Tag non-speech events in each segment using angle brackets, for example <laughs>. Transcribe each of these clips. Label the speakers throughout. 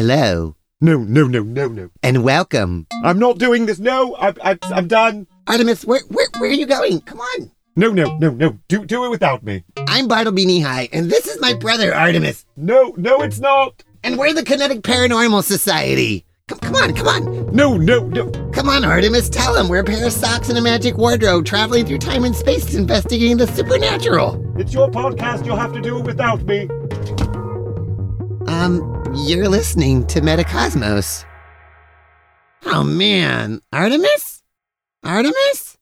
Speaker 1: Hello,
Speaker 2: No, no, no, no, no.
Speaker 1: and welcome.
Speaker 2: I'm not doing this. No, I, I, I'm done.
Speaker 1: Artemis, where, where, where are you going? Come on.
Speaker 2: No, no, no, no. Do, do it without me.
Speaker 1: I'm Bartleby Knee High, and this is my brother, Artemis,
Speaker 2: No, no, it's not.
Speaker 1: and we're the Kinetic Paranormal Society. Come, come on, come on.
Speaker 2: No, no, no.
Speaker 1: Come on, Artemis, tell him we're a pair of socks and a magic wardrobe traveling through time and space investigating the supernatural.
Speaker 2: It's your podcast. You'll have to do it without me.
Speaker 1: Um, you're listening to Metacosmos. Oh man, Artemis? Artemis?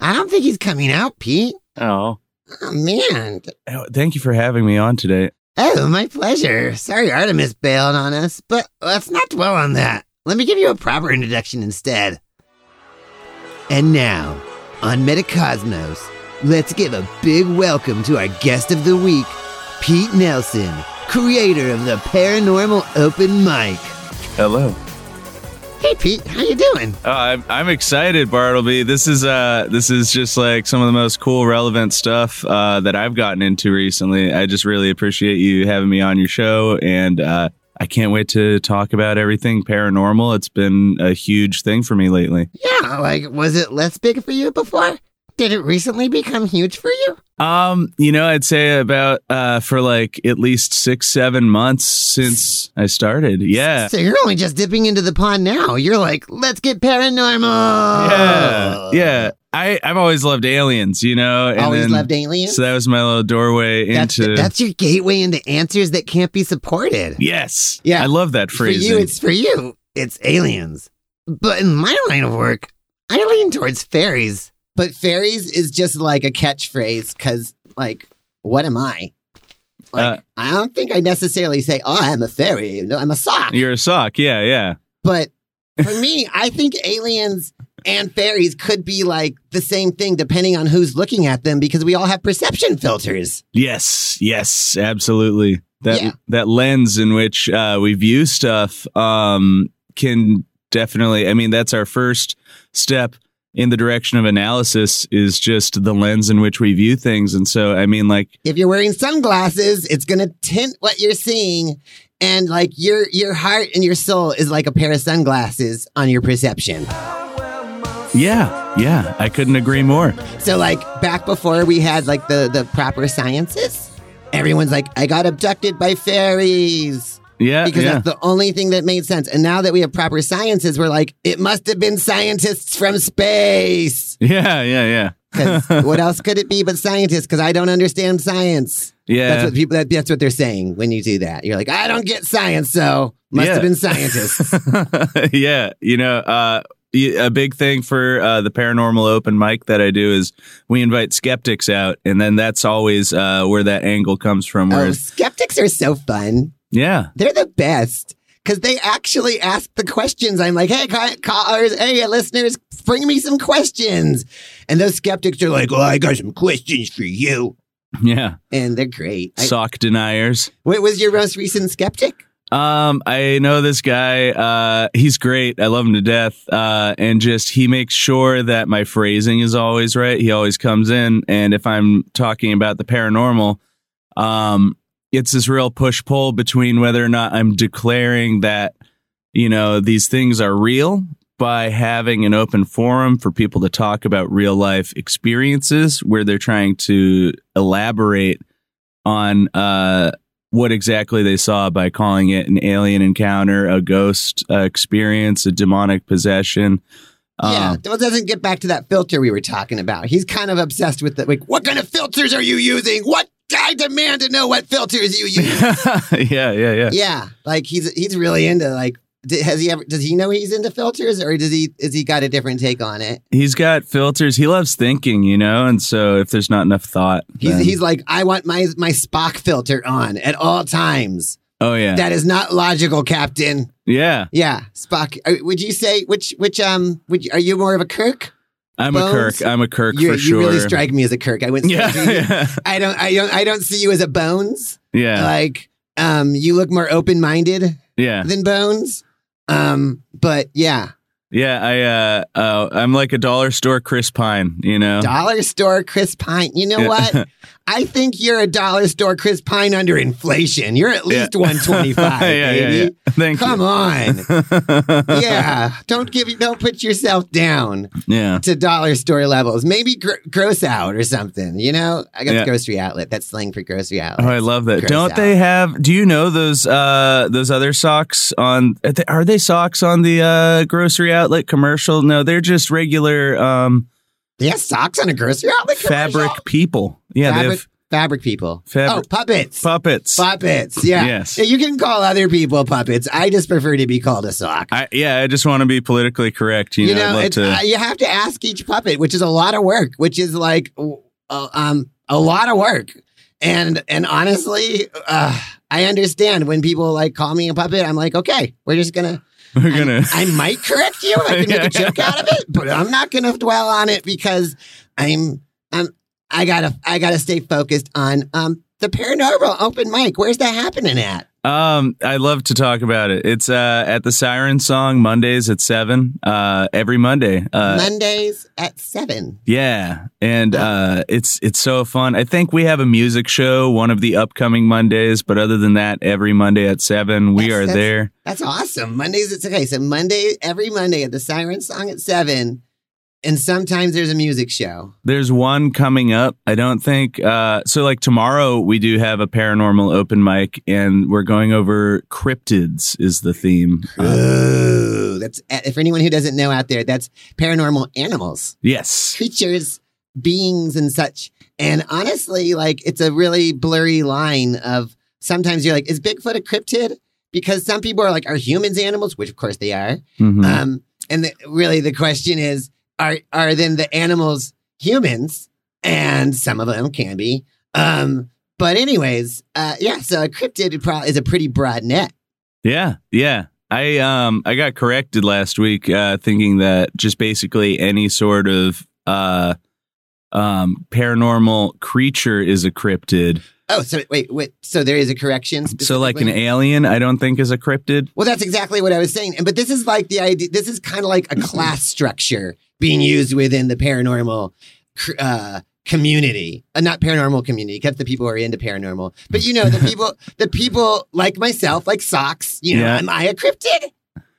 Speaker 1: I don't think he's coming out, Pete.
Speaker 3: Oh.
Speaker 1: Oh man,
Speaker 3: Oh, Thank you for having me on today.
Speaker 1: Oh, my pleasure. Sorry Artemis bailed on us, but let's not dwell on that. Let me give you a proper introduction instead. And now, on Metacosmos, let's give a big welcome to our guest of the week, Pete Nelson, creator of the Paranormal Open Mic.
Speaker 3: Hello.
Speaker 1: Hey Pete, how you doing?
Speaker 3: Oh, I'm, I'm excited, Bartleby. This is uh this is just like some of the most cool, relevant stuff uh, that I've gotten into recently. I just really appreciate you having me on your show, and uh, I can't wait to talk about everything paranormal. It's been a huge thing for me lately.
Speaker 1: Yeah, like was it less big for you before? Did it recently become huge for you?
Speaker 3: Um, you know, I'd say about uh, for like at least six, seven months since I started. Yeah.
Speaker 1: So you're only just dipping into the pond now. You're like, let's get paranormal.
Speaker 3: Yeah, yeah. I I've always loved aliens, you know. And
Speaker 1: Always
Speaker 3: then-
Speaker 1: loved aliens.
Speaker 3: So that was my little doorway
Speaker 1: that's,
Speaker 3: into.
Speaker 1: that's your gateway into answers that can't be supported.
Speaker 3: yes.
Speaker 1: Yeah.
Speaker 3: I love that
Speaker 1: For
Speaker 3: phrase.
Speaker 1: you, it's for you. It's aliens. But in my line of work, I lean towards fairies. But fairies is just like a catchphrase because, like, what am I? Like,
Speaker 3: Uh,
Speaker 1: I don't think I necessarily say, "Oh, I'm a fairy." No, I'm a sock.
Speaker 3: You're a sock. Yeah, yeah.
Speaker 1: But for me, I think aliens and fairies could be like the same thing, depending on who's looking at them, because we all have perception filters.
Speaker 3: Yes, yes, absolutely. That
Speaker 1: Yeah.
Speaker 3: that lens in which uh, we view stuff um, can definitely. I mean, that's our first step in the direction of analysis is just the lens in which we view things. And so, I mean, like,
Speaker 1: if you're wearing sunglasses, it's gonna tint what you're seeing. And like your your heart and your soul is like a pair of sunglasses on your perception.
Speaker 3: yeah, yeah, I couldn't agree more.
Speaker 1: So like back before we had like the the proper sciences, everyone's like, I got abducted by fairies.
Speaker 3: Yeah,
Speaker 1: Because
Speaker 3: Uh, yeah.
Speaker 1: that's the only thing that made sense. And now that we have proper sciences, we're like, it must have been scientists from space.
Speaker 3: yeah, yeah, yeah.
Speaker 1: 'Cause
Speaker 3: <laughs>
Speaker 1: what else could it be but scientists? Because I don't understand science.
Speaker 3: Yeah.
Speaker 1: That's what people. That, that's what they're saying when you do that. You're like, I don't get science, so must
Speaker 3: Yeah.
Speaker 1: have been
Speaker 3: <laughs>
Speaker 1: scientists.
Speaker 3: yeah, you know, uh, y- a big thing for uh, the paranormal open mic that I do is we invite skeptics out, and then that's always uh, where that angle comes from.
Speaker 1: oh,
Speaker 3: Whereas,
Speaker 1: skeptics are so fun.
Speaker 3: yeah,
Speaker 1: They're the best because they actually ask the questions. I'm like, hey, ca- callers, hey, listeners, bring me some questions. And those skeptics are like, well, I got some questions for you,
Speaker 3: yeah,
Speaker 1: and they're great. I,
Speaker 3: sock deniers.
Speaker 1: what was your most recent skeptic?
Speaker 3: Um, I know this guy. Uh, he's great. I love him to death. Uh, and just he makes sure that my phrasing is always right. He always comes in, and if I'm talking about the paranormal, um, it's this real push pull between whether or not I'm declaring that you know these things are real by having an open forum for people to talk about real life experiences where they're trying to elaborate on uh what exactly they saw by calling it an alien encounter, a ghost uh, experience, a demonic possession.
Speaker 1: yeah,
Speaker 3: Um, <laughs>
Speaker 1: well, it doesn't get back to that filter we were talking about. He's kind of obsessed with the like, what kind of filters are you using? What I demand to know what filters you
Speaker 3: <laughs>
Speaker 1: use.
Speaker 3: yeah, yeah, yeah.
Speaker 1: yeah like he's he's really into like d- has he ever does he know he's into filters or does he is he got a different take on it
Speaker 3: He's got filters. He loves thinking, you know. And so, if there's not enough thought,
Speaker 1: he's
Speaker 3: then-
Speaker 1: he's like i want my my spock filter on at all times
Speaker 3: oh yeah,
Speaker 1: that is not logical captain
Speaker 3: yeah.
Speaker 1: yeah spock uh, would you say which which um would you, are you more of a kirk
Speaker 3: I'm a
Speaker 1: Bones,
Speaker 3: Kirk. I'm a Kirk
Speaker 1: you
Speaker 3: for sure.
Speaker 1: you really
Speaker 3: <laughs>
Speaker 1: strike me as a kirk i went straight
Speaker 3: yeah,
Speaker 1: to you.
Speaker 3: yeah,
Speaker 1: i don't i don't i don't see you as a bones
Speaker 3: yeah,
Speaker 1: like um you look more open-minded
Speaker 3: yeah,
Speaker 1: than bones um but yeah
Speaker 3: yeah. I uh, uh, I'm like a dollar store Chris Pine, you know.
Speaker 1: dollar store Chris Pine. You know
Speaker 3: <laughs> Yeah.
Speaker 1: what? I think you're a dollar store Chris Pine under inflation. You're at least
Speaker 3: <laughs>
Speaker 1: 125,
Speaker 3: yeah, yeah,
Speaker 1: baby.
Speaker 3: yeah. Thank
Speaker 1: Come on.
Speaker 3: <laughs> you.
Speaker 1: yeah. Don't give don't put yourself down
Speaker 3: yeah.
Speaker 1: to dollar store levels. Maybe gr- gross out or something, you know? I got
Speaker 3: Yeah.
Speaker 1: the grocery outlet. That's slang for grocery outlet.
Speaker 3: Oh, I love that.
Speaker 1: Gross
Speaker 3: Don't
Speaker 1: out.
Speaker 3: they have? Do you know those uh those other socks on? Are they, are they socks on the uh grocery outlet commercial? No, they're just regular um
Speaker 1: They have socks on a grocery outlet commercial?
Speaker 3: fabric people. Yeah, they
Speaker 1: fabric,
Speaker 3: have
Speaker 1: fabric people.
Speaker 3: Fabric-
Speaker 1: oh, puppets.
Speaker 3: puppets.
Speaker 1: Puppets. Yeah.
Speaker 3: Yes.
Speaker 1: Yeah, You can call other people puppets. I just prefer to be called a sock.
Speaker 3: I, yeah, I just want to be politically correct. You,
Speaker 1: you
Speaker 3: I'd
Speaker 1: know,
Speaker 3: love
Speaker 1: it's,
Speaker 3: to.
Speaker 1: uh, you have to ask each puppet, which is a lot of work, which is like uh, um a lot of work. And and honestly, uh, I understand when people like call me a puppet. I'm like, okay, we're just gonna.
Speaker 3: <laughs> we're
Speaker 1: I'm-
Speaker 3: gonna.
Speaker 1: I might correct you. I can make
Speaker 3: <laughs> Yeah.
Speaker 1: a joke out of it, but I'm not gonna dwell on it because I'm I'm I gotta I gotta stay focused on um the paranormal open mic. Where's that happening at?
Speaker 3: Um, I love to talk about it. It's uh at the Siren Song Mondays at seven. Uh, every Monday. Uh,
Speaker 1: Mondays at seven.
Speaker 3: Yeah, and uh, it's it's so fun. I think we have a music show one of the upcoming Mondays, but other than that, every Monday at seven we
Speaker 1: Yes,
Speaker 3: are
Speaker 1: that's-
Speaker 3: there.
Speaker 1: That's awesome. Mondays, it's okay. So Monday, every Monday at the Siren Song at seven, and sometimes there's a music show.
Speaker 3: There's one coming up. I don't think uh, so. Like tomorrow, we do have a paranormal open mic, and we're going over cryptids. Is the theme? Uh,
Speaker 1: Ooh, that's for anyone who doesn't know out there. That's paranormal animals,
Speaker 3: yes.
Speaker 1: creatures, beings, and such. And honestly, like it's a really blurry line of sometimes you're like, is Bigfoot a cryptid? Because some people are like, are humans animals? Which of course they are.
Speaker 3: Mhm.
Speaker 1: Um, and the, really, the question is: Are are then the animals humans? And some of them can be. Um, but anyways, uh, yeah. So a cryptid pro- is a pretty broad net.
Speaker 3: Yeah, yeah. I um I got corrected last week uh thinking that just basically any sort of uh um paranormal creature is a cryptid.
Speaker 1: Oh, so wait, wait. So there is a correction.
Speaker 3: So like an
Speaker 1: specifically?
Speaker 3: alien I don't think is a cryptid. <laughs>
Speaker 1: Well, that's exactly what I was saying. And but this is like the idea. This is kind of like a class structure being used within the paranormal cr- uh, community. Uh, not paranormal community, except the people who are into paranormal. But you know,
Speaker 3: <laughs>
Speaker 1: the people, the people like myself, like socks. You know,
Speaker 3: Yeah.
Speaker 1: am I a cryptid?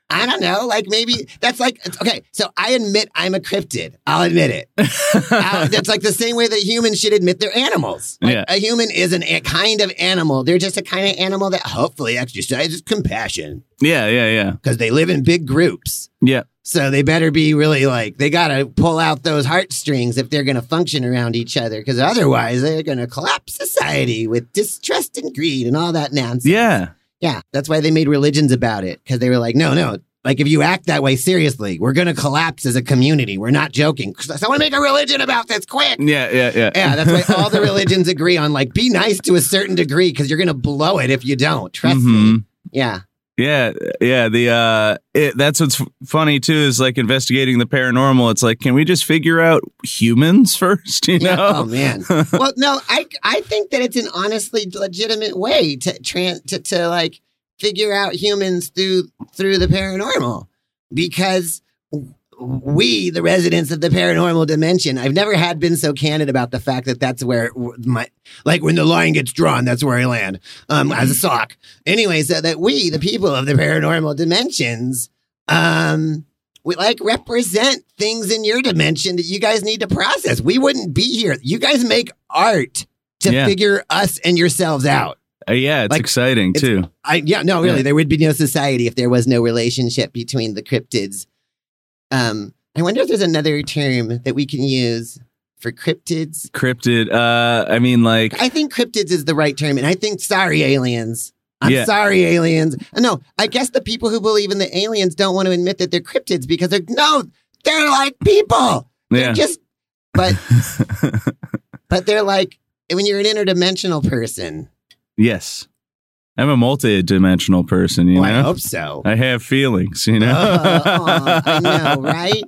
Speaker 1: I don't know. Like maybe that's like okay. So I admit I'm a cryptid. I'll admit
Speaker 3: <laughs>
Speaker 1: it. Uh, that's like the same way that humans should admit they're animals. Like,
Speaker 3: Yeah.
Speaker 1: A human is an, a kind of animal. They're just a kind of animal that hopefully exercises compassion
Speaker 3: yeah, yeah, yeah.
Speaker 1: because they live in big groups.
Speaker 3: Yeah.
Speaker 1: So they better be really like they gotta pull out those heartstrings if they're gonna function around each other, because otherwise they're gonna collapse society with distrust and greed and all that nonsense.
Speaker 3: Yeah.
Speaker 1: yeah. That's why they made religions about it because they were like, no, no, like if you act that way seriously, we're gonna collapse as a community. We're not joking. Someone make a religion about this quick.
Speaker 3: Yeah, yeah, yeah.
Speaker 1: Yeah, that's why
Speaker 3: <laughs>
Speaker 1: all the religions agree on like be nice to a certain degree because you're gonna blow it if you don't. Trust me.
Speaker 3: Mhm.
Speaker 1: Yeah.
Speaker 3: Yeah, yeah. The uh, it, that's what's f- funny too is like investigating the paranormal. It's like, can we just figure out humans <laughs> first? You
Speaker 1: Yeah. Oh
Speaker 3: know? <laughs>
Speaker 1: man. well, no, I I think that it's an honestly legitimate way to trans to, to like figure out humans through through the paranormal because w- we the residents of the paranormal dimension i've never had been so candid about the fact that that's where w- my like when the line gets drawn that's where i land um as a sock anyway so that we the people of the paranormal dimensions um we like represent things in your dimension that you guys need to process. We wouldn't be here. You guys make art to
Speaker 3: Yeah.
Speaker 1: figure us and yourselves out.
Speaker 3: Uh, yeah, it's
Speaker 1: Like,
Speaker 3: exciting
Speaker 1: it's-
Speaker 3: too.
Speaker 1: I yeah, no, really,
Speaker 3: Yeah.
Speaker 1: there would be no society if there was no relationship between the cryptids. Um, I wonder if there's another term that we can use for cryptids.
Speaker 3: Cryptid. Uh, I mean, like,
Speaker 1: I think cryptids is the right term, and I think sorry aliens. I'm
Speaker 3: Yeah.
Speaker 1: sorry, aliens. Uh, No, I guess the people who believe in the aliens don't want to admit that they're cryptids because they're no, they're like people. They're
Speaker 3: yeah.
Speaker 1: just
Speaker 3: <laughs>
Speaker 1: but but they're like when you're an interdimensional person.
Speaker 3: Yes. I'm a multi-dimensional person, you
Speaker 1: Well, Oh, I
Speaker 3: know.
Speaker 1: hope so.
Speaker 3: <laughs> I have feelings, you know.
Speaker 1: Uh, oh, I
Speaker 3: <laughs>
Speaker 1: know, right?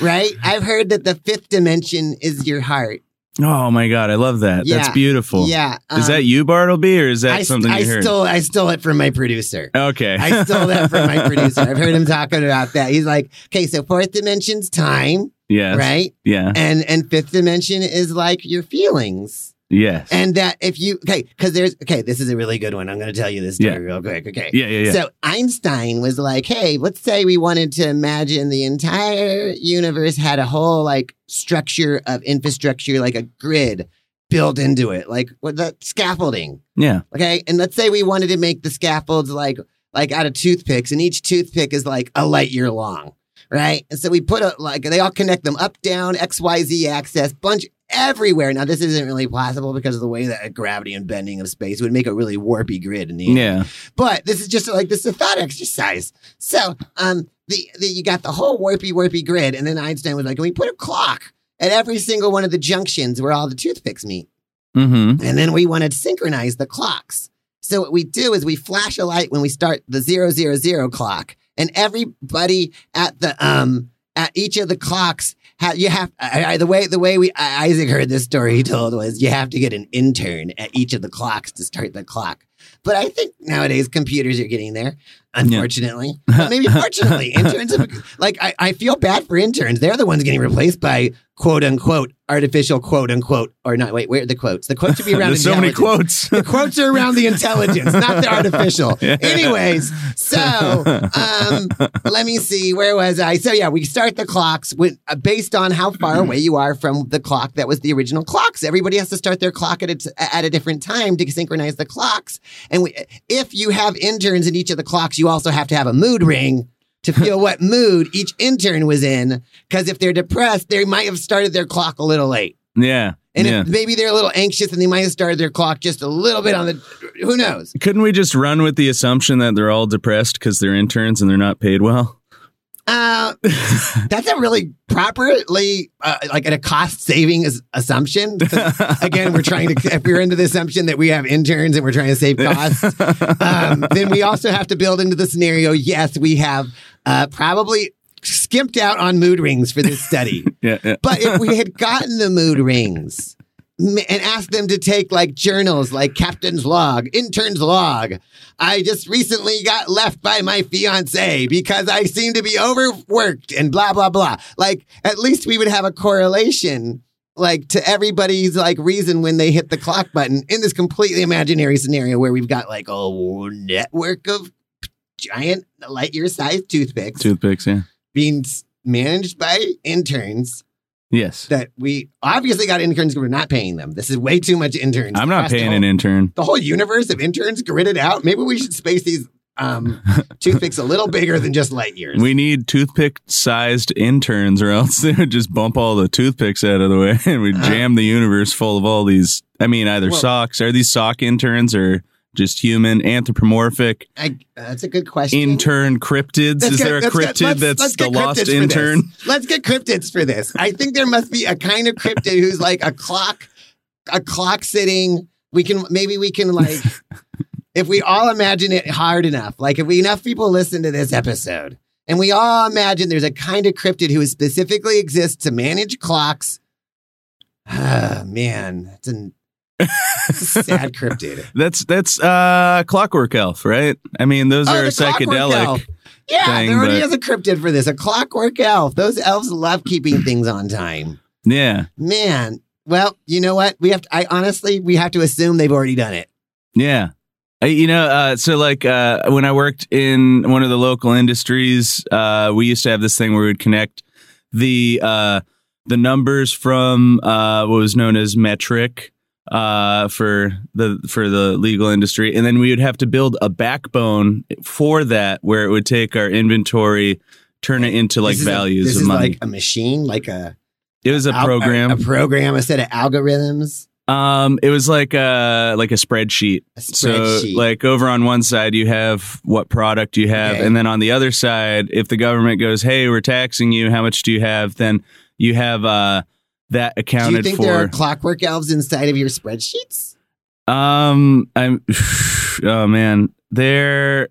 Speaker 1: Right? I've heard that the fifth dimension is your heart.
Speaker 3: Oh my god, I love that. That's
Speaker 1: Yeah,
Speaker 3: beautiful.
Speaker 1: Yeah.
Speaker 3: is
Speaker 1: um,
Speaker 3: that you, Bartleby, or is that
Speaker 1: I,
Speaker 3: something
Speaker 1: I
Speaker 3: you heard?
Speaker 1: stole I stole it from my producer.
Speaker 3: okay.
Speaker 1: I stole that from my producer. I've heard him talking about that. He's like, okay, so fourth dimension's time,
Speaker 3: <laughs> yes.
Speaker 1: right?
Speaker 3: Yeah.
Speaker 1: And and fifth dimension is like your feelings.
Speaker 3: Yes.
Speaker 1: And that if you, okay, because there's, okay, this is a really good one. I'm going to tell you this story
Speaker 3: Yeah.
Speaker 1: real quick. Okay.
Speaker 3: yeah, yeah, yeah.
Speaker 1: So Einstein was like, hey, let's say we wanted to imagine the entire universe had a whole like structure of infrastructure, like a grid built into it, like with the scaffolding.
Speaker 3: yeah.
Speaker 1: Okay. And let's say we wanted to make the scaffolds like like out of toothpicks, and each toothpick is like a light year long. Right. And so we put a like they all connect them up, down, XYZ axis, bunch everywhere. Now this isn't really possible because of the way that gravity and bending of space would make a really warpy grid in the end.
Speaker 3: Yeah.
Speaker 1: But this is just like this is a thought exercise. So um the, the you got the whole warpy warpy grid, and then Einstein was like, Can we put a clock at every single one of the junctions where all the toothpicks meet?
Speaker 3: Mm-hmm.
Speaker 1: And then we want to synchronize the clocks. So what we do is we flash a light when we start the zero zero zero clock, and everybody at the um at each of the clocks. Ha- you have I, I- the way the way we I, Isaac heard this story he told was you have to get an intern at each of the clocks to start the clock. But I think nowadays computers are getting there, unfortunately.
Speaker 3: <laughs>
Speaker 1: But maybe fortunately, interns have, like I, I feel bad for interns. They're the ones getting replaced by quote unquote artificial quote unquote or not. Wait, where are the quotes? The quotes should
Speaker 3: <laughs>
Speaker 1: be around.
Speaker 3: There's so many
Speaker 1: intelligence.
Speaker 3: quotes.
Speaker 1: <laughs> The quotes are around the intelligence, not the artificial.
Speaker 3: Yeah.
Speaker 1: Anyways, so um, let me see. Where was I? So yeah, we start the clocks with uh, based on how far away you are from the clock that was the original clocks. Everybody has to start their clock at a t- at a different time to synchronize the clocks. And we, if you have interns in each of the clocks, you also have to have a mood ring. To feel what mood each intern was in, because if they're depressed, they might have started their clock a little late.
Speaker 3: yeah.
Speaker 1: And
Speaker 3: yeah.
Speaker 1: if maybe they're a little anxious and they might have started their clock just a little bit on the who knows.
Speaker 3: Couldn't we just run with the assumption that they're all depressed because they're interns and they're not paid well? <laughs>
Speaker 1: Uh, that's a really properly uh, like a cost saving
Speaker 3: <laughs>
Speaker 1: assumption. 'Cause, Again, we're trying to if we're into the assumption that we have interns and we're trying to save costs,
Speaker 3: <laughs>
Speaker 1: um, then we also have to build into the scenario. Yes, we have uh, probably skimped out on mood rings for this study.
Speaker 3: <laughs> yeah, yeah.
Speaker 1: But if we had gotten the mood rings m- and asked them to take like journals, like captain's log, intern's log, I just recently got left by my fiance because I seem to be overworked and blah, blah, blah. Like at least we would have a correlation. Like to everybody's like reason when they hit the clock button in this completely imaginary scenario where we've got like a network of giant light year sized toothpicks
Speaker 3: Toothpicks, yeah.
Speaker 1: being s- managed by interns
Speaker 3: Yes.
Speaker 1: that we obviously got interns because we're not paying them. This is way too much interns.
Speaker 3: I'm not
Speaker 1: Across the
Speaker 3: paying
Speaker 1: whole-
Speaker 3: an intern.
Speaker 1: The whole universe of interns gridded out. Maybe we should space these
Speaker 3: <laughs>
Speaker 1: um, toothpicks a little bigger than just light years.
Speaker 3: We need toothpick sized interns, or else <laughs> they would just bump all the toothpicks out of the way
Speaker 1: <laughs>
Speaker 3: and we
Speaker 1: Uh-huh.
Speaker 3: jam the universe full of all these. I mean, either
Speaker 1: Well-
Speaker 3: socks. Are these sock interns or just human, anthropomorphic,
Speaker 1: I, that's a good question.
Speaker 3: intern cryptids?
Speaker 1: Let's
Speaker 3: Is
Speaker 1: get-
Speaker 3: there a
Speaker 1: let's
Speaker 3: cryptid
Speaker 1: get- let's-
Speaker 3: that's
Speaker 1: let's
Speaker 3: the
Speaker 1: get
Speaker 3: lost
Speaker 1: cryptids for this.
Speaker 3: intern?
Speaker 1: Let's get cryptids for this. I think there must be a kind of cryptid who's like a clock, a clock sitting. We can maybe we can
Speaker 3: <laughs>
Speaker 1: like, if we all imagine it hard enough, like if we, enough people listen to this episode, and we all imagine there's a kind of cryptid who specifically exists to manage clocks. <sighs> Ah, man, that's an
Speaker 3: <laughs>
Speaker 1: that's a sad cryptid.
Speaker 3: That's that's uh Clockwork Elf, right? I mean, those
Speaker 1: Oh,
Speaker 3: are
Speaker 1: the Clockwork Elf.
Speaker 3: psychedelic.
Speaker 1: Yeah,
Speaker 3: thing,
Speaker 1: there already
Speaker 3: but-
Speaker 1: is a cryptid for this, a clockwork elf. Those elves love keeping things on time.
Speaker 3: Yeah,
Speaker 1: Man, well, you know what? We have to, I honestly, we have to assume they've already done it.
Speaker 3: yeah. I, you know, uh, so like uh, when I worked in one of the local industries, uh, we used to have this thing where we'd connect the uh, the numbers from uh, what was known as metric uh, for the for the legal industry, and then we would have to build a backbone for that, where it would take our inventory, turn it into like
Speaker 1: This is a-
Speaker 3: values
Speaker 1: this
Speaker 3: of
Speaker 1: is
Speaker 3: money.
Speaker 1: like a machine, like a,
Speaker 3: it was a
Speaker 1: al-
Speaker 3: program.
Speaker 1: a, program, a set of algorithms,
Speaker 3: Um, it was like a like a spreadsheet.
Speaker 1: a
Speaker 3: So
Speaker 1: spreadsheet.
Speaker 3: like over on one side you have what product you have,
Speaker 1: Okay.
Speaker 3: and then on the other side, if the government goes, "Hey, we're taxing you. How much do you have?" Then you have uh that
Speaker 1: do you
Speaker 3: accounted
Speaker 1: think there
Speaker 3: for.
Speaker 1: are clockwork elves inside of your spreadsheets?
Speaker 3: um, I'm. <sighs> Oh man, there.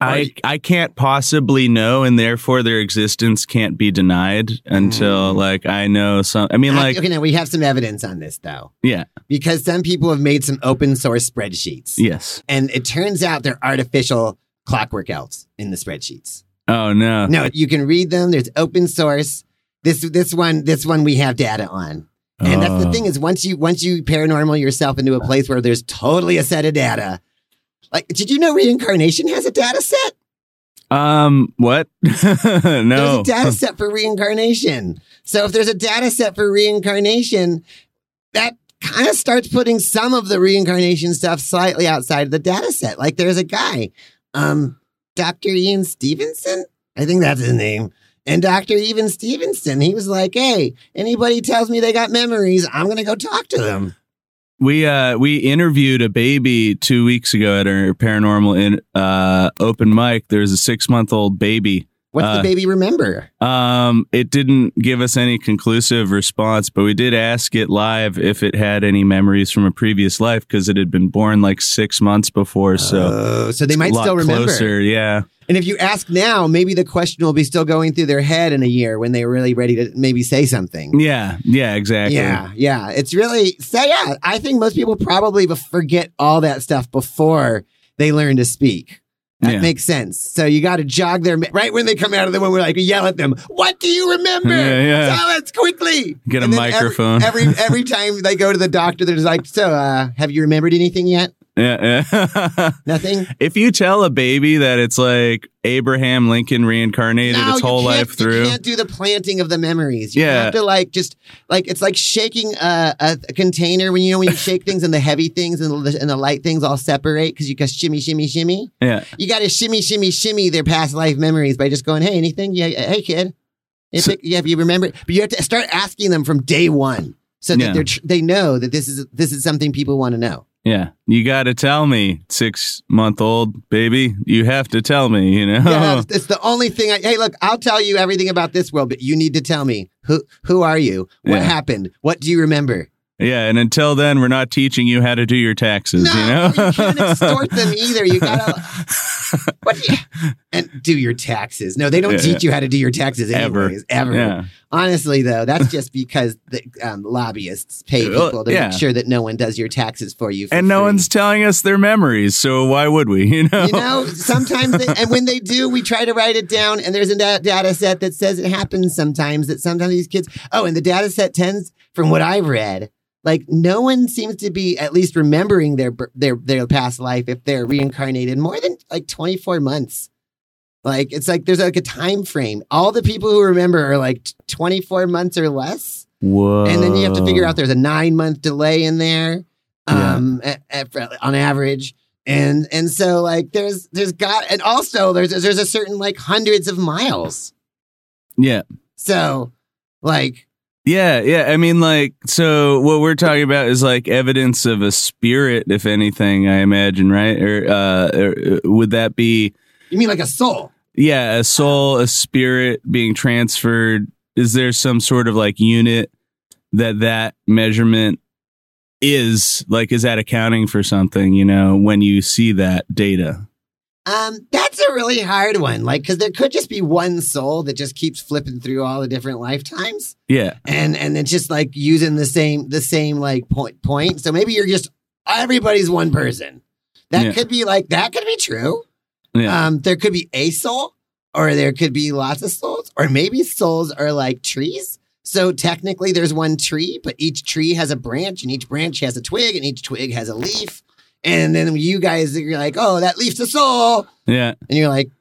Speaker 1: Are you-
Speaker 3: I I can't possibly know, and therefore their existence can't be denied until
Speaker 1: Mm.
Speaker 3: like I know some. I mean,
Speaker 1: I-
Speaker 3: like
Speaker 1: okay, now we have some evidence on this though.
Speaker 3: Yeah.
Speaker 1: Because some people have made some open source spreadsheets.
Speaker 3: yes.
Speaker 1: And it turns out they're artificial clockwork elves in the spreadsheets.
Speaker 3: Oh no.
Speaker 1: No, you can read them. There's open source. This this one this one we have data on. And that's the
Speaker 3: Oh.
Speaker 1: thing is once you once you paranormal yourself into a place where there's totally a set of data. Like, did you know reincarnation has a data set?
Speaker 3: Um, what? <laughs> no.
Speaker 1: There's a
Speaker 3: <laughs>
Speaker 1: data set for reincarnation. So if there's a data set for reincarnation, that kind of starts putting some of the reincarnation stuff slightly outside of the data set. Like there's a guy, um, Dr. Ian Stevenson. I think that's his name. And Dr. Ian Stevenson, he was like, hey, anybody tells me they got memories, I'm going to go talk to them.
Speaker 3: We uh we interviewed a baby two weeks ago at our paranormal in uh open mic. There's a six month old baby.
Speaker 1: What's
Speaker 3: Uh,
Speaker 1: the baby remember?
Speaker 3: Um, it didn't give us any conclusive response, but we did ask it live if it had any memories from a previous life because it had been born like six months before. So
Speaker 1: Oh, so they might
Speaker 3: a lot
Speaker 1: still remember.
Speaker 3: Closer, yeah.
Speaker 1: And if you ask now, maybe the question will be still going through their head in a year when they're really ready to maybe say something.
Speaker 3: Yeah. Yeah. Exactly.
Speaker 1: Yeah, yeah. It's really so. Yeah, I think most people probably bef- forget all that stuff before they learn to speak. That
Speaker 3: Yeah.
Speaker 1: makes sense. So you got to jog their me- right when they come out of the womb. We're like, yell at them. What do you remember?
Speaker 3: Yeah, yeah.
Speaker 1: Tell us quickly.
Speaker 3: Get a
Speaker 1: And then every-
Speaker 3: microphone.
Speaker 1: Every every, time they go to the doctor, they're just like, so uh, have you remembered anything yet?
Speaker 3: Yeah. <laughs> yeah. <laughs>
Speaker 1: Nothing.
Speaker 3: if you tell a baby that it's like Abraham Lincoln reincarnated its
Speaker 1: you
Speaker 3: whole
Speaker 1: can't-
Speaker 3: life through,
Speaker 1: You can't do the planting of the memories. You
Speaker 3: Yeah.
Speaker 1: have to like just like it's like shaking a, a, a container when you know when you shake things and the heavy things and the, and the light things all separate because you just shimmy shimmy shimmy.
Speaker 3: yeah.
Speaker 1: You got to shimmy shimmy shimmy their past life memories by just going hey anything yeah hey kid if
Speaker 3: So-
Speaker 1: it, yeah if you remember it." but you have to start asking them from day one so that
Speaker 3: Yeah.
Speaker 1: they're tr- they know that this is this is something people want to know.
Speaker 3: Yeah, you got to tell me, six month old baby. You have to tell me, you <laughs> know.
Speaker 1: Yeah, it's- it's the only thing. I, hey, look, I'll tell you everything about this world, but you need to tell me who who are you? What
Speaker 3: Yeah.
Speaker 1: happened? What do you remember?
Speaker 3: Yeah, and until then, we're not teaching you how to do your taxes.
Speaker 1: No,
Speaker 3: you know,
Speaker 1: you can't extort them either. You gotta what do you- and do your taxes. No, they don't
Speaker 3: Yeah,
Speaker 1: teach you how to do your taxes
Speaker 3: <laughs> Ever.
Speaker 1: anyways. Ever.
Speaker 3: Yeah,
Speaker 1: Honestly, though, that's just because the um, lobbyists pay
Speaker 3: <laughs> Well,
Speaker 1: people to
Speaker 3: yeah.
Speaker 1: make sure that no one does your taxes for you. for
Speaker 3: and no
Speaker 1: free.
Speaker 3: one's telling us their memories, so why would we? <laughs> You know.
Speaker 1: You know, sometimes, they, and when they do, we try to write it down, and there's a da- data set that says it happens sometimes that sometimes these kids, oh, and the data set tends, from what I've read, like no one seems to be at least remembering their br- their their past life if they're reincarnated more than like 24 months. Like it's like there's like a time frame. All the people who remember are like t- 24 months or less
Speaker 3: Whoa.
Speaker 1: and then you have to figure out there's a nine month delay in there
Speaker 3: Oh. Yeah.
Speaker 1: um at, at- on average and and so like there's there's got and also there's there's a certain like hundreds of miles
Speaker 3: Yeah,
Speaker 1: so like
Speaker 3: yeah, yeah. I mean, like, so what we're talking about is like evidence of a spirit, if anything. I imagine, right? Or, uh, or uh, would that be?
Speaker 1: you mean like a soul
Speaker 3: yeah a soul a spirit being transferred is there some sort of like unit that that measurement is like is that accounting for something you know when you see that data
Speaker 1: um that's a really hard one like because there could just be one soul that just keeps flipping through all the different lifetimes
Speaker 3: yeah
Speaker 1: and and it's just like using the same the same like point point so maybe you're just everybody's one person that
Speaker 3: Yeah.
Speaker 1: could be like that could be true
Speaker 3: yeah
Speaker 1: Um, there could be a soul, or there could be lots of souls, or maybe souls are like trees. So technically, there's one tree, but each tree has a branch, and each branch has a twig, and each twig has a leaf. And then you guys, you're like, oh, that leaf's a soul,
Speaker 3: yeah
Speaker 1: and you're like,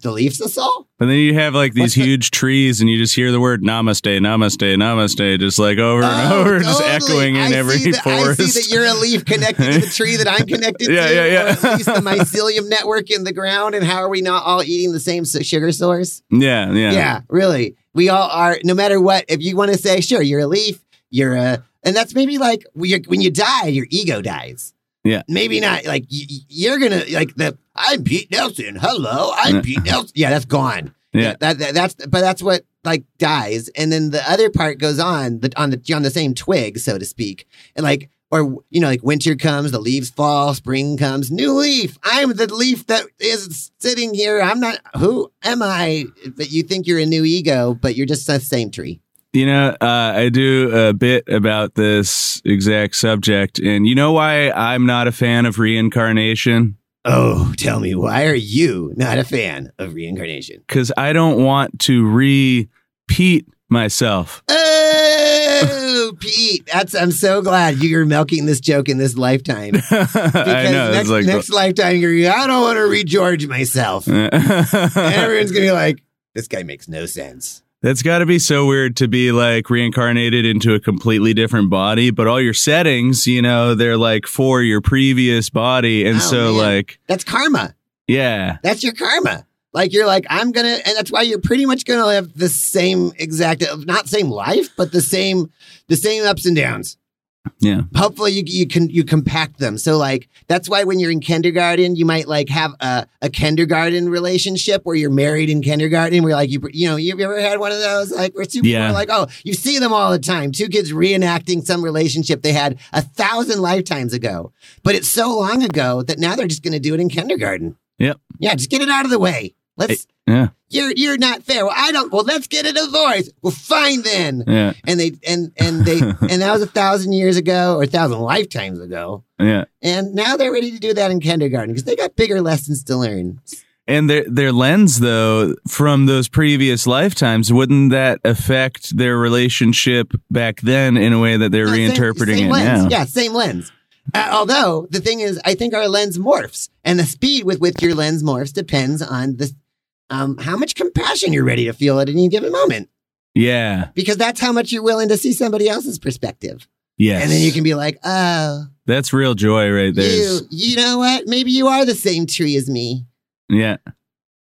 Speaker 1: the leaf's a soul.
Speaker 3: but then you have like these
Speaker 1: What's the-
Speaker 3: huge trees and you just hear the word namaste namaste namaste just like over and
Speaker 1: Oh,
Speaker 3: over just
Speaker 1: totally.
Speaker 3: echoing in
Speaker 1: I
Speaker 3: every
Speaker 1: see that,
Speaker 3: forest
Speaker 1: I see
Speaker 3: <laughs>
Speaker 1: that you're a leaf connected to the tree that I'm connected
Speaker 3: Yeah,
Speaker 1: to.
Speaker 3: yeah, yeah.
Speaker 1: Or at least
Speaker 3: <laughs>
Speaker 1: the mycelium network in the ground. And how are we not all eating the same s- sugar source?
Speaker 3: yeah yeah
Speaker 1: Yeah, really. We all are, no matter what. If you want to say, sure, you're a leaf, you're a, and that's maybe like when, you're, when you die, your ego dies.
Speaker 3: Yeah.
Speaker 1: Maybe not like y- y- you're going to, like, the, I'm Pete Nelson. Hello, I'm Pete Nelson. Yeah, that's gone.
Speaker 3: Yeah.
Speaker 1: that, that, that's, but that's what like dies. And then the other part goes on, the, on the, on the same twig, so to speak. And like, or, you know, like winter comes, the leaves fall, spring comes, new leaf. I'm the leaf that is sitting here. I'm not, who am I? But you think you're a new ego, but you're just the same tree.
Speaker 3: You know, uh, I do a bit about this exact subject, and you know why I'm not a fan of reincarnation?
Speaker 1: Oh, tell me, why are you not a fan of reincarnation?
Speaker 3: Because I don't want to repeat myself. <laughs>
Speaker 1: Oh, <laughs> Whoa, Pete! That's I'm so glad you're milking this joke in this <laughs> lifetime.
Speaker 3: I
Speaker 1: Because
Speaker 3: know.
Speaker 1: next,
Speaker 3: it's like
Speaker 1: next lifetime, you're gonna be, I don't want to re-George myself. <laughs> And
Speaker 3: <laughs>
Speaker 1: everyone's gonna be like, this guy makes no sense.
Speaker 3: That's got to be so weird to be like reincarnated into a completely different body, but all your settings, you know, they're like for your previous body. And
Speaker 1: Oh,
Speaker 3: so,
Speaker 1: man.
Speaker 3: like,
Speaker 1: That's karma.
Speaker 3: yeah.
Speaker 1: That's your karma. Like you're like, I'm gonna, and that's why you're pretty much gonna live the same exact, not same life, but the same, the same ups and downs.
Speaker 3: Yeah.
Speaker 1: Hopefully you you can you compact them. So like that's why when you're in kindergarten, you might like have a, a kindergarten relationship where you're married in kindergarten. Where like you you know you've ever had one of those like where super
Speaker 3: Yeah.
Speaker 1: like oh you see them all the time. Two kids reenacting some relationship they had a thousand lifetimes ago, but it's so long ago that now they're just going to do it in kindergarten.
Speaker 3: Yep.
Speaker 1: Yeah, just get it out of the way. Let's.
Speaker 3: Yeah.
Speaker 1: You're you're not fair. Well, I don't. Well, let's get it divorced. Well, fine then
Speaker 3: Yeah.
Speaker 1: and they and and
Speaker 3: <laughs>
Speaker 1: they and that was a thousand years ago or a thousand lifetimes ago
Speaker 3: Yeah.
Speaker 1: and now they're ready to do that in kindergarten because they got bigger lessons to learn
Speaker 3: And their their lens though from those previous lifetimes wouldn't that affect their relationship back then in a way that they're
Speaker 1: No, same-
Speaker 3: reinterpreting
Speaker 1: same
Speaker 3: it
Speaker 1: lens.
Speaker 3: now?
Speaker 1: yeah same lens uh, although the thing is i think our lens morphs and the speed with which your lens morphs depends on the um, how much compassion you're ready to feel at any given moment
Speaker 3: Yeah.
Speaker 1: because that's how much you're willing to see somebody else's perspective
Speaker 3: Yes.
Speaker 1: and then you can be like oh
Speaker 3: That's real joy right there.
Speaker 1: you you know what maybe you are the same tree as me
Speaker 3: Yeah.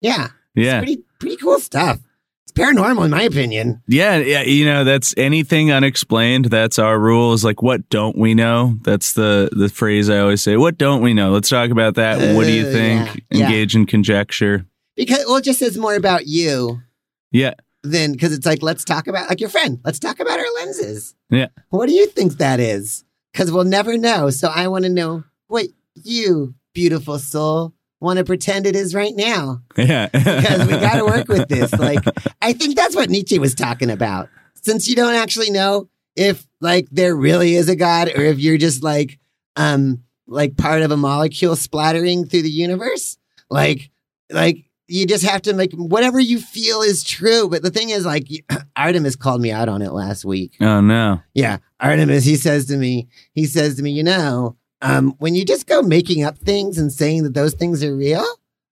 Speaker 1: yeah
Speaker 3: Yeah.
Speaker 1: It's pretty pretty cool stuff. It's paranormal in my opinion.
Speaker 3: Yeah, yeah, you know, that's anything unexplained. That's our rule. Is like, what don't we know? That's the the phrase I always say. What don't we know? Let's talk about that. what do you
Speaker 1: Uh,
Speaker 3: think?
Speaker 1: yeah, yeah.
Speaker 3: Engage in conjecture. <laughs>
Speaker 1: Because well, it just says more about you
Speaker 3: Yeah,
Speaker 1: than because it's like let's talk about like your friend. Let's talk about our lenses.
Speaker 3: Yeah.
Speaker 1: What do you think that is? Because we'll never know. So I want to know what you, beautiful soul, want to pretend it is right now.
Speaker 3: yeah.
Speaker 1: Because we
Speaker 3: <laughs>
Speaker 1: got to work with this. Like I think that's what Nietzsche was talking about. Since you don't actually know if like there really is a god or if you're just like um like part of a molecule splattering through the universe, like like you just have to make whatever you feel is true. But the thing is, like <clears throat> Artemis called me out on it last week.
Speaker 3: Oh no.
Speaker 1: Yeah, Artemis. He says to me, he says to me, you know, um, when you just go making up things and saying that those things are real,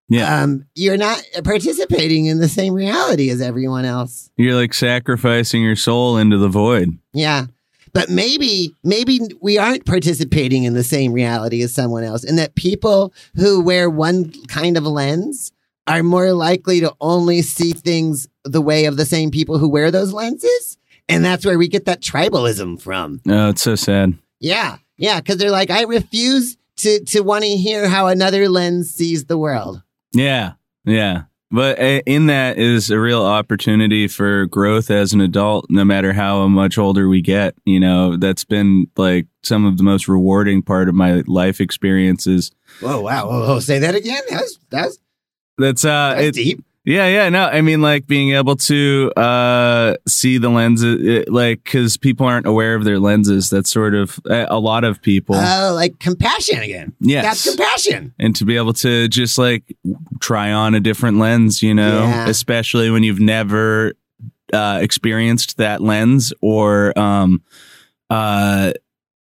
Speaker 3: Yeah,
Speaker 1: um, you're not participating in the same reality as everyone else.
Speaker 3: you're like sacrificing your soul into the void.
Speaker 1: Yeah. But maybe, maybe we aren't participating in the same reality as someone else, and that people who wear one kind of lens are more likely to only see things the way of the same people who wear those lenses. And that's where we get that tribalism from.
Speaker 3: Oh, it's so sad.
Speaker 1: Yeah. Yeah. Cause they're like, I refuse to, to want to hear how another lens sees the world.
Speaker 3: Yeah, yeah. But uh, in that is a real opportunity for growth as an adult, no matter how much older we get. You know, that's been like some of the most rewarding part of my life experiences.
Speaker 1: Whoa. Wow. Whoa, whoa. Say that again. That was, that was,
Speaker 3: That's uh,
Speaker 1: that was
Speaker 3: it,
Speaker 1: deep.
Speaker 3: yeah, yeah. No, I mean, like being able to uh see the lenses, it, like because people aren't aware of their lenses. That's sort of uh, a lot of people.
Speaker 1: Oh, like compassion again.
Speaker 3: yes.
Speaker 1: That's compassion.
Speaker 3: and to be able to just like try on a different lens, you know,
Speaker 1: Yeah.
Speaker 3: especially when you've never uh, experienced that lens or um uh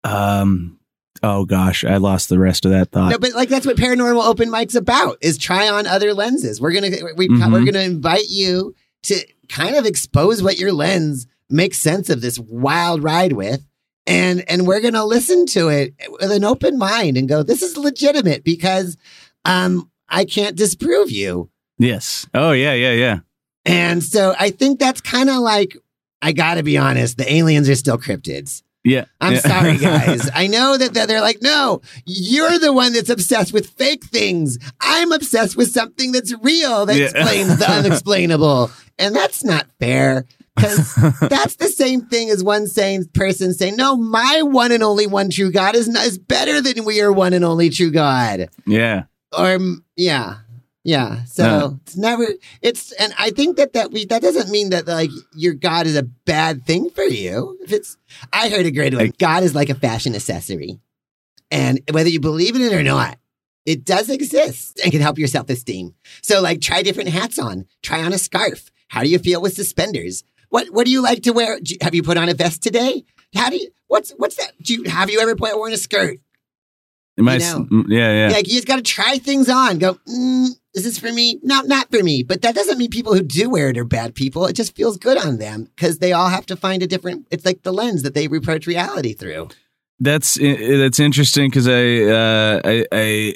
Speaker 3: um oh gosh, I lost the rest of that thought.
Speaker 1: No, but like that's what paranormal open mics about is try on other lenses. We're gonna we
Speaker 3: Mhm.
Speaker 1: we're gonna invite you to kind of expose what your lens makes sense of this wild ride with, and and we're gonna listen to it with an open mind and go, this is legitimate because um I can't disprove you.
Speaker 3: Yes. Oh yeah, yeah, yeah.
Speaker 1: And so I think that's kind of like I gotta be honest, the aliens are still cryptids.
Speaker 3: Yeah.
Speaker 1: I'm
Speaker 3: Yeah. <laughs>
Speaker 1: sorry, guys. I know that that they're like, no, you're the one that's obsessed with fake things. I'm obsessed with something that's real that
Speaker 3: Yeah.
Speaker 1: explains the unexplainable. And that's not fair
Speaker 3: <laughs>
Speaker 1: because that's the same thing as one saying person saying, no, my one and only one true God is, not, is better than we are one and only true God
Speaker 3: yeah.
Speaker 1: or mm, yeah yeah so
Speaker 3: No.
Speaker 1: it's never it's and i think that that we that doesn't mean that like your god is a bad thing for you if it's i heard a great one
Speaker 3: Like-
Speaker 1: god is like a fashion accessory and whether you believe in it or not it does exist and can help your self-esteem so like try different hats on try on a scarf how do you feel with suspenders What What do you like to wear? Do you- have you put on a vest today? How do you? What's What's that? Do you have you ever put, worn a skirt?
Speaker 3: Am I s-
Speaker 1: know.
Speaker 3: mm, yeah, yeah.
Speaker 1: Like you just got to try things on. Go. Mm, is this for me? No, not for me. But that doesn't mean people who do wear it are bad people. It just feels good on them because they all have to find a different. It's like the lens that they approach reality through.
Speaker 3: That's i- i- that's interesting because I, uh, I I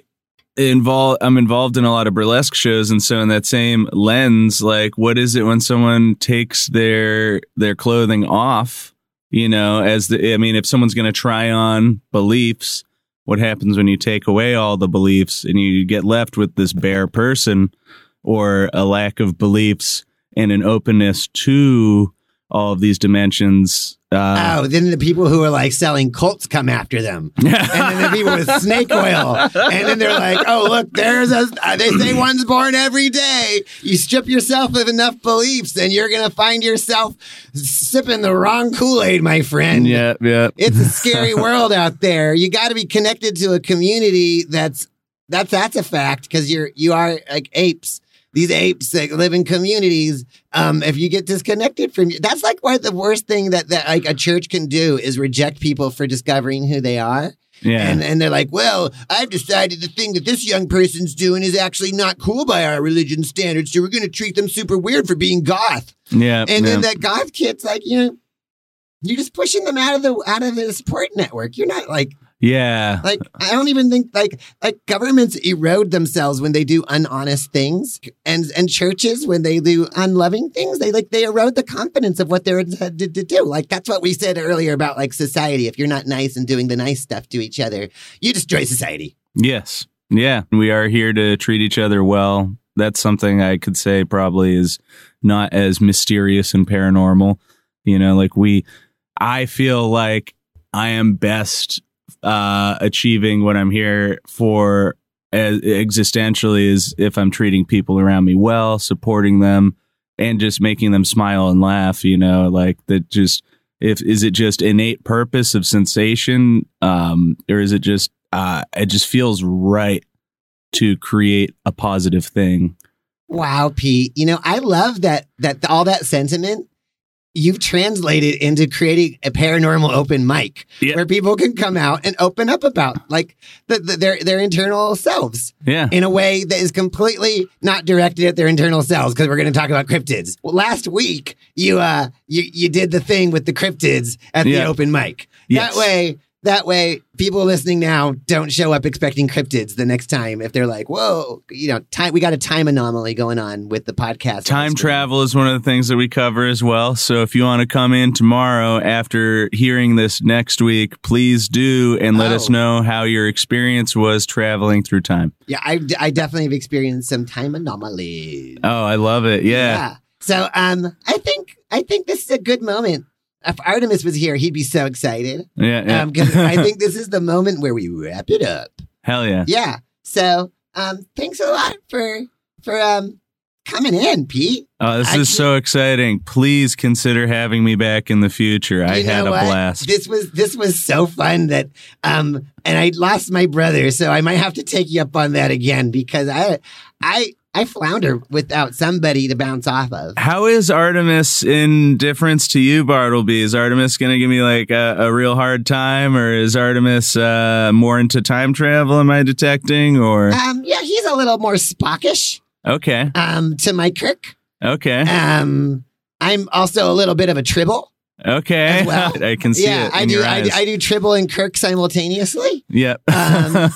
Speaker 3: involve I'm involved in a lot of burlesque shows, and so in that same lens, like what is it when someone takes their their clothing off? You know, as the I mean, if someone's going to try on beliefs, what happens when you take away all the beliefs and you get left with this bare person or a lack of beliefs and an openness to all of these dimensions? Uh,
Speaker 1: oh, then the people who are like selling cults come after
Speaker 3: <laughs>
Speaker 1: them. and then the people with snake oil. And then they're like, oh, look, there's a, uh, they say one's born every day. You strip yourself of enough beliefs and you're going to find yourself sipping the wrong Kool Aid, my friend.
Speaker 3: yeah, yeah.
Speaker 1: It's a scary world out there. You got to be connected to a community that's, that's, that's a fact because you're, you are like apes. These apes that live in communities, um, if you get disconnected from you, that's like why the worst thing that, that like a church can do is reject people for discovering who they are.
Speaker 3: Yeah.
Speaker 1: And, and they're like, well, I've decided the thing that this young person's doing is actually not cool by our religion standards, so we're going to treat them super weird for being goth.
Speaker 3: yeah.
Speaker 1: And
Speaker 3: yeah.
Speaker 1: then that goth kid's like, you know, you're just pushing them out of the out of the support network. You're not like
Speaker 3: yeah.
Speaker 1: like I don't even think like like governments erode themselves when they do unhonest things, and and churches when they do unloving things, they like they erode the confidence of what they're intended to do. Like that's what we said earlier about like society. If you're not nice and doing the nice stuff to each other, you destroy society.
Speaker 3: Yes. Yeah. We are here to treat each other well. That's something I could say probably is not as mysterious and paranormal. You know, like we, I feel like I am best uh, achieving what I'm here for as, existentially is if I'm treating people around me well, supporting them, and just making them smile and laugh. You know, like that just if is it just innate purpose of sensation um or is it just uh it just feels right to create a positive thing
Speaker 1: Wow, Pete. You know I love that that all that sentiment. You've translated into creating a paranormal open mic
Speaker 3: Yeah.
Speaker 1: where people can come out and open up about like the, the, their their internal selves.
Speaker 3: yeah
Speaker 1: in a way that is completely not directed at their internal selves because we're going to talk about cryptids. Well, last week you uh you you did the thing with the cryptids at the
Speaker 3: Yeah.
Speaker 1: open mic.
Speaker 3: Yes.
Speaker 1: That way that way people listening now don't show up expecting cryptids the next time if they're like, "Whoa, you know, time we got a time anomaly going on with the podcast."
Speaker 3: time travel is one of the things that we cover as well so if you want to come in tomorrow after hearing this next week please do and let us
Speaker 1: Oh.
Speaker 3: know how your experience was traveling through time
Speaker 1: Yeah, I I definitely have experienced some time anomalies.
Speaker 3: oh i love it yeah
Speaker 1: So um I think I think this is a good moment. If Artemis was here, he'd be so excited.
Speaker 3: yeah, yeah.
Speaker 1: Um 'cause I think this is the moment where we wrap it up.
Speaker 3: <laughs> hell yeah
Speaker 1: Yeah. So, um, thanks a lot for for um coming in, Pete.
Speaker 3: oh this
Speaker 1: I
Speaker 3: is so exciting please consider having me back in the future i
Speaker 1: You
Speaker 3: had
Speaker 1: know
Speaker 3: a
Speaker 1: what?
Speaker 3: blast
Speaker 1: This was this was so fun that um and I lost my brother, so I might have to take you up on that again because I I I flounder without somebody to bounce off of.
Speaker 3: How is Artemis in difference to you, Bartleby? Is Artemis going to give me like a, a real hard time, or is Artemis uh, more into time travel? Am I detecting? Or
Speaker 1: Um yeah, he's a little more spockish
Speaker 3: okay,
Speaker 1: um to my Kirk.
Speaker 3: okay,
Speaker 1: Um I'm also a little bit of a tribble.
Speaker 3: okay.
Speaker 1: uh, as well.
Speaker 3: <laughs> I can see
Speaker 1: yeah,
Speaker 3: it in
Speaker 1: I do,
Speaker 3: your
Speaker 1: I do
Speaker 3: eyes.
Speaker 1: I do tribble and Kirk simultaneously.
Speaker 3: yep.
Speaker 1: Um,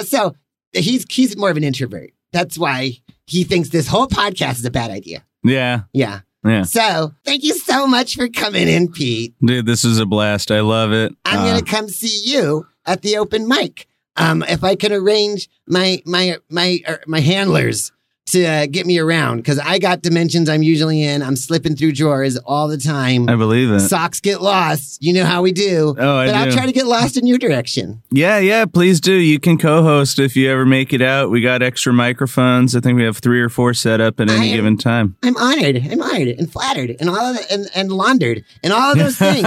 Speaker 1: So he's he's more of an introvert. That's why he thinks this whole podcast is a bad idea.
Speaker 3: <laughs> yeah,
Speaker 1: Yeah.
Speaker 3: Yeah.
Speaker 1: So thank you so much for coming in, Pete.
Speaker 3: dude, this is a blast. I love it.
Speaker 1: I'm
Speaker 3: Uh,
Speaker 1: gonna come see you at the open mic. Um, if I can arrange my my my er, my handlers to uh, get me around because I got dimensions I'm usually in. I'm slipping through drawers all the time.
Speaker 3: I believe it.
Speaker 1: Socks get lost. You know how we do.
Speaker 3: Oh, I
Speaker 1: but I'll
Speaker 3: do.
Speaker 1: try to get lost in your direction.
Speaker 3: yeah, yeah. Please do. You can co-host if you ever make it out. We got extra microphones. I think we have three or four set up at
Speaker 1: I
Speaker 3: any
Speaker 1: am-
Speaker 3: given time.
Speaker 1: I'm honored, I'm honored, and flattered, and all of the, and, and laundered, and all of those things.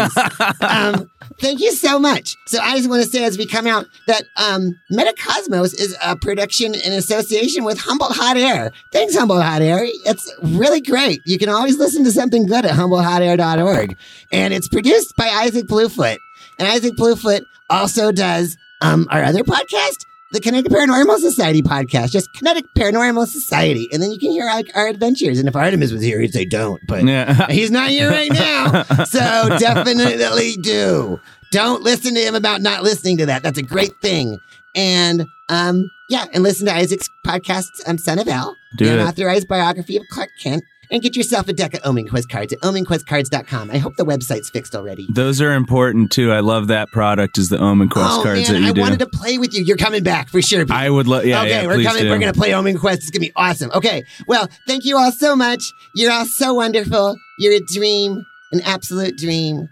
Speaker 1: um, thank you so much. So I just want to say as we come out that um, Metacosmos is a production in association with Humboldt Hot Air. Air. Thanks, Humble Hot Air. It's really great. You can always listen to something good at humblehotair.org. And it's produced by Isaac Bluefoot. And Isaac Bluefoot also does um, our other podcast, the Connecticut Paranormal Society podcast, just Connecticut Paranormal Society. And then you can hear like our adventures. And if Artemis was here, he'd say don't, but
Speaker 3: Yeah. <laughs>
Speaker 1: he's not here right now. So definitely do. Don't listen to him about not listening to that. That's a great thing. And um, yeah, and listen to Isaac's podcast, um, Son of L,
Speaker 3: Do
Speaker 1: the
Speaker 3: it.
Speaker 1: unauthorized biography of Clark Kent, and get yourself a deck of Omen Quiz cards at omenquizcards.com. I hope the website's fixed already.
Speaker 3: Those are important too. I love that product is the Omen Quest
Speaker 1: oh
Speaker 3: cards
Speaker 1: man,
Speaker 3: that you
Speaker 1: I
Speaker 3: do.
Speaker 1: wanted to play with you. You're coming back for sure. Pete.
Speaker 3: I would love. Yeah,
Speaker 1: okay,
Speaker 3: yeah,
Speaker 1: we're
Speaker 3: please
Speaker 1: coming.
Speaker 3: do.
Speaker 1: We're gonna play Omen Quest. It's gonna be awesome. Okay, well, thank you all so much. You're all so wonderful. You're a dream, an absolute dream.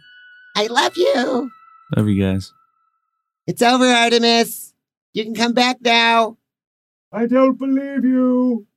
Speaker 1: I love you.
Speaker 3: Love you guys.
Speaker 1: It's over, Artemis. You can come back now.
Speaker 2: I don't believe you.